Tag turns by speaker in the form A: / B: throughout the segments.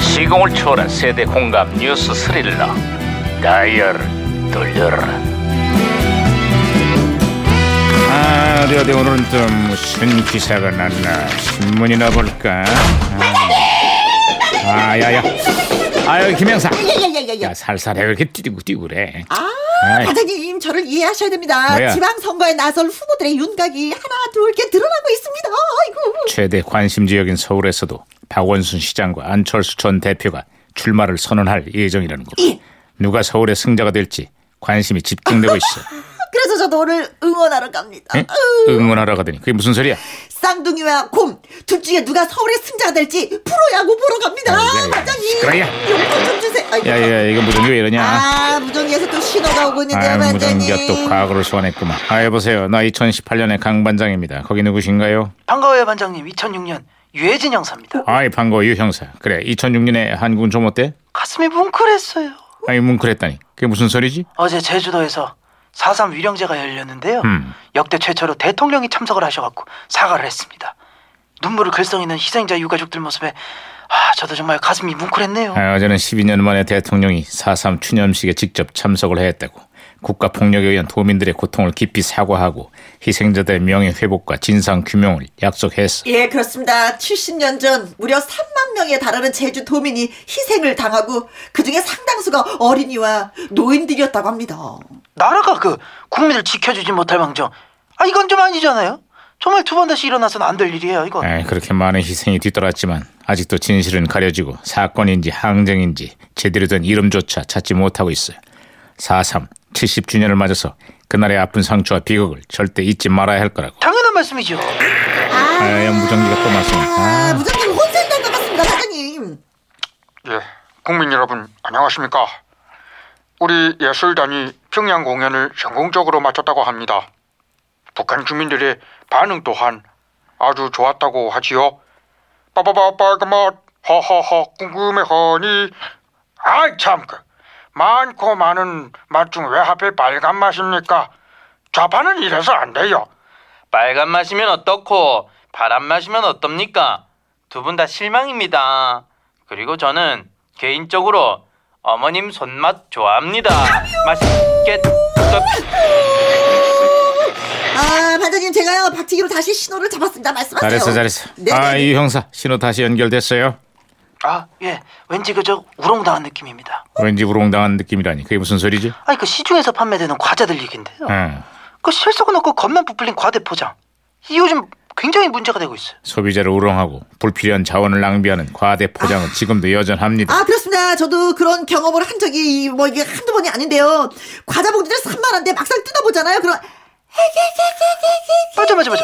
A: 시공을 초월한 세대 공감 뉴스 스릴러 다이얼 돌려라
B: 아, 어디 어디 오늘은 또 무슨 기사가 났나 신문이나 볼까? 아. 아, 야야, 아유 김영사,
C: 예예예예예.
B: 야 살살해 왜 이렇게 뛰고 뛰고 그래?
C: 아,
B: 아이.
C: 사장님 저를 이해하셔야 됩니다.
B: 뭐야?
C: 지방선거에 나설 후보들의 윤곽이 하나 둘 이렇게 드러나고 있습니다. 아이고.
B: 최대 관심 지역인 서울에서도 박원순 시장과 안철수 전 대표가 출마를 선언할 예정이라는 거.
C: 예.
B: 누가 서울의 승자가 될지 관심이 집중되고 있어.
C: 그래서 저도 오늘 응원하러 갑니다.
B: 응? 응원하러 가더니 그게 무슨 소리야?
C: 쌍둥이와 곰 둘 중에 누가 서울의 승자가 될지 프로야구 보러 갑니다.
B: 아, 예, 예.
C: 사장님
B: 시끄러워. 예,
C: 용돈 좀 주세요. 아이고.
B: 야야 이거 무전기 왜 이러냐?
C: 아 무전기에서 또 신호가 오고 있는데요,
B: 아,
C: 반장님.
B: 무전기가 또 과거를 소환했구만. 아, 여보세요. 나 2018년의 강반장입니다. 거기 누구신가요?
D: 반가워요 반장님 2006년 유해진 형사입니다
B: 아이, 반가워, 유 형사. 그래, 2006년에 한국은 좀 어때?
D: 가슴이 뭉클했어요
B: 아이, 뭉클했다니. 그게 무슨 소리지?
D: 어제 제주도에서 4.3 위령제가 열렸는데요
B: 음.
D: 역대 최초로 대통령이 참석을 하셔갖고 사과를 했습니다 눈물을 글썽이는 희생자 유가족들 모습에 아 저도 정말 가슴이 뭉클했네요
B: 아, 어제는 12년 만에 대통령이 4.3 추념식에 직접 참석을 해야 했다고. 국가폭력에 의한 도민들의 고통을 깊이 사과하고 희생자들의 명예회복과 진상규명을 약속했어.
C: 예, 그렇습니다. 70년 전 무려 3만 명에 달하는 제주 도민이 희생을 당하고 그중에 상당수가 어린이와 노인들이었다고 합니다.
D: 나라가 그 국민을 지켜주지 못할 망정 아 이건 좀 아니잖아요 정말 두 번 다시 일어나서는 안 될 일이에요 이건
B: 아, 그렇게 많은 희생이 뒤따랐지만 아직도 진실은 가려지고 사건인지 항쟁인지 제대로 된 이름조차 찾지 못하고 있어요. 4.3 70주년을 맞아서 그날의 아픈 상처와 비극을 절대 잊지 말아야 할 거라고.
D: 당연한 말씀이죠
B: 아, 야, 무전기가 또
C: 아,
B: 맞습니다.
C: 무작정 혼선된 것 같습니다, 사장님.
E: 예, 국민 여러분 안녕하십니까? 우리 예술단이 평양 공연을 성공적으로 마쳤다고 합니다. 북한 주민들의 반응 또한 아주 좋았다고 하지요. 빠바바 빨그맛 허허허 궁금해허니 아이 참그 많고 많은 맛 중 왜 하필 빨간 맛입니까? 좌파는 이래서 안 돼요.
F: 빨간 맛이면 어떻고 바람 맛이면 어떻습니까? 두 분 다 실망입니다. 그리고 저는 개인적으로 어머님 손맛 좋아합니다. 맛있겠다.
C: 아, 반장님, 제가요, 박치기로 다시 신호를 잡았습니다. 말씀하세요.
B: 잘했어, 잘했어.
C: 네,
B: 아,
C: 네.
B: 이 형사 신호 다시 연결됐어요.
D: 아 예 왠지 그저 우롱당한 느낌입니다
B: 왠지 우롱당한 느낌이라니. 그게 무슨 소리지? 아,
D: 아니 그 시중에서 판매되는 과자들 얘긴데요
B: 응.
D: 그 실속은 없고 겉만 부풀린 과대 포장. 이 요즘 굉장히 문제가 되고 있어요.
B: 소비자를 우롱하고 불필요한 자원을 낭비하는 과대 포장은 지금도 여전합니다.
C: 아, 그렇습니다. 저도 그런 경험을 한 적이 뭐 이게 한두 번이 아닌데요. 과자 봉지를 3만원인데 막상 뜯어보잖아요. 그럼,
D: 맞아 맞아 맞아.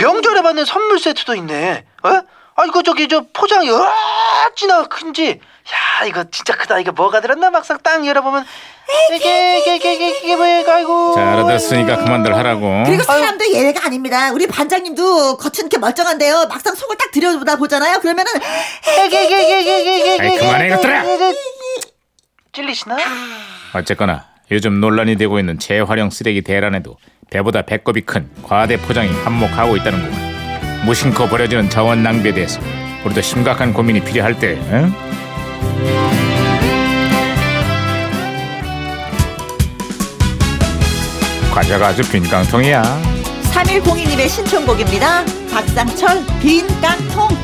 D: 명절에 받는 선물 세트도 있네. 어? 아 이거 저기 저 포장이 어찌나 큰지. 야 이거 진짜 크다. 이거 뭐가 들었나 막상 딱 열어보면 이게 이게 이게 이게, 이게 뭐야 이거 아이고.
B: 자, 알아들었으니까 그만들 하라고.
C: 그리고 사람도 예외가 아닙니다. 우리 반장님도 겉은 이렇게 멀쩡한데요. 막상 속을 딱 들여다 보잖아요. 그러면은,
D: 이게 이게 이게 이게 이게 이게
B: 아이, 그만해, 이것들아!
D: 찔리시나?
B: 어쨌거나 요즘 논란이 되고 있는 재활용 쓰레기 대란에도 배보다 배꼽이 큰 과대 포장이 한몫하고 있다는 거군. 무심코 버려지는 자원 낭비에 대해서 우리도 심각한 고민이 필요할 때. 응? 과자가 아주 빈깡통이야.
C: 3102님의 신청곡입니다. 박상철, 빈 깡통.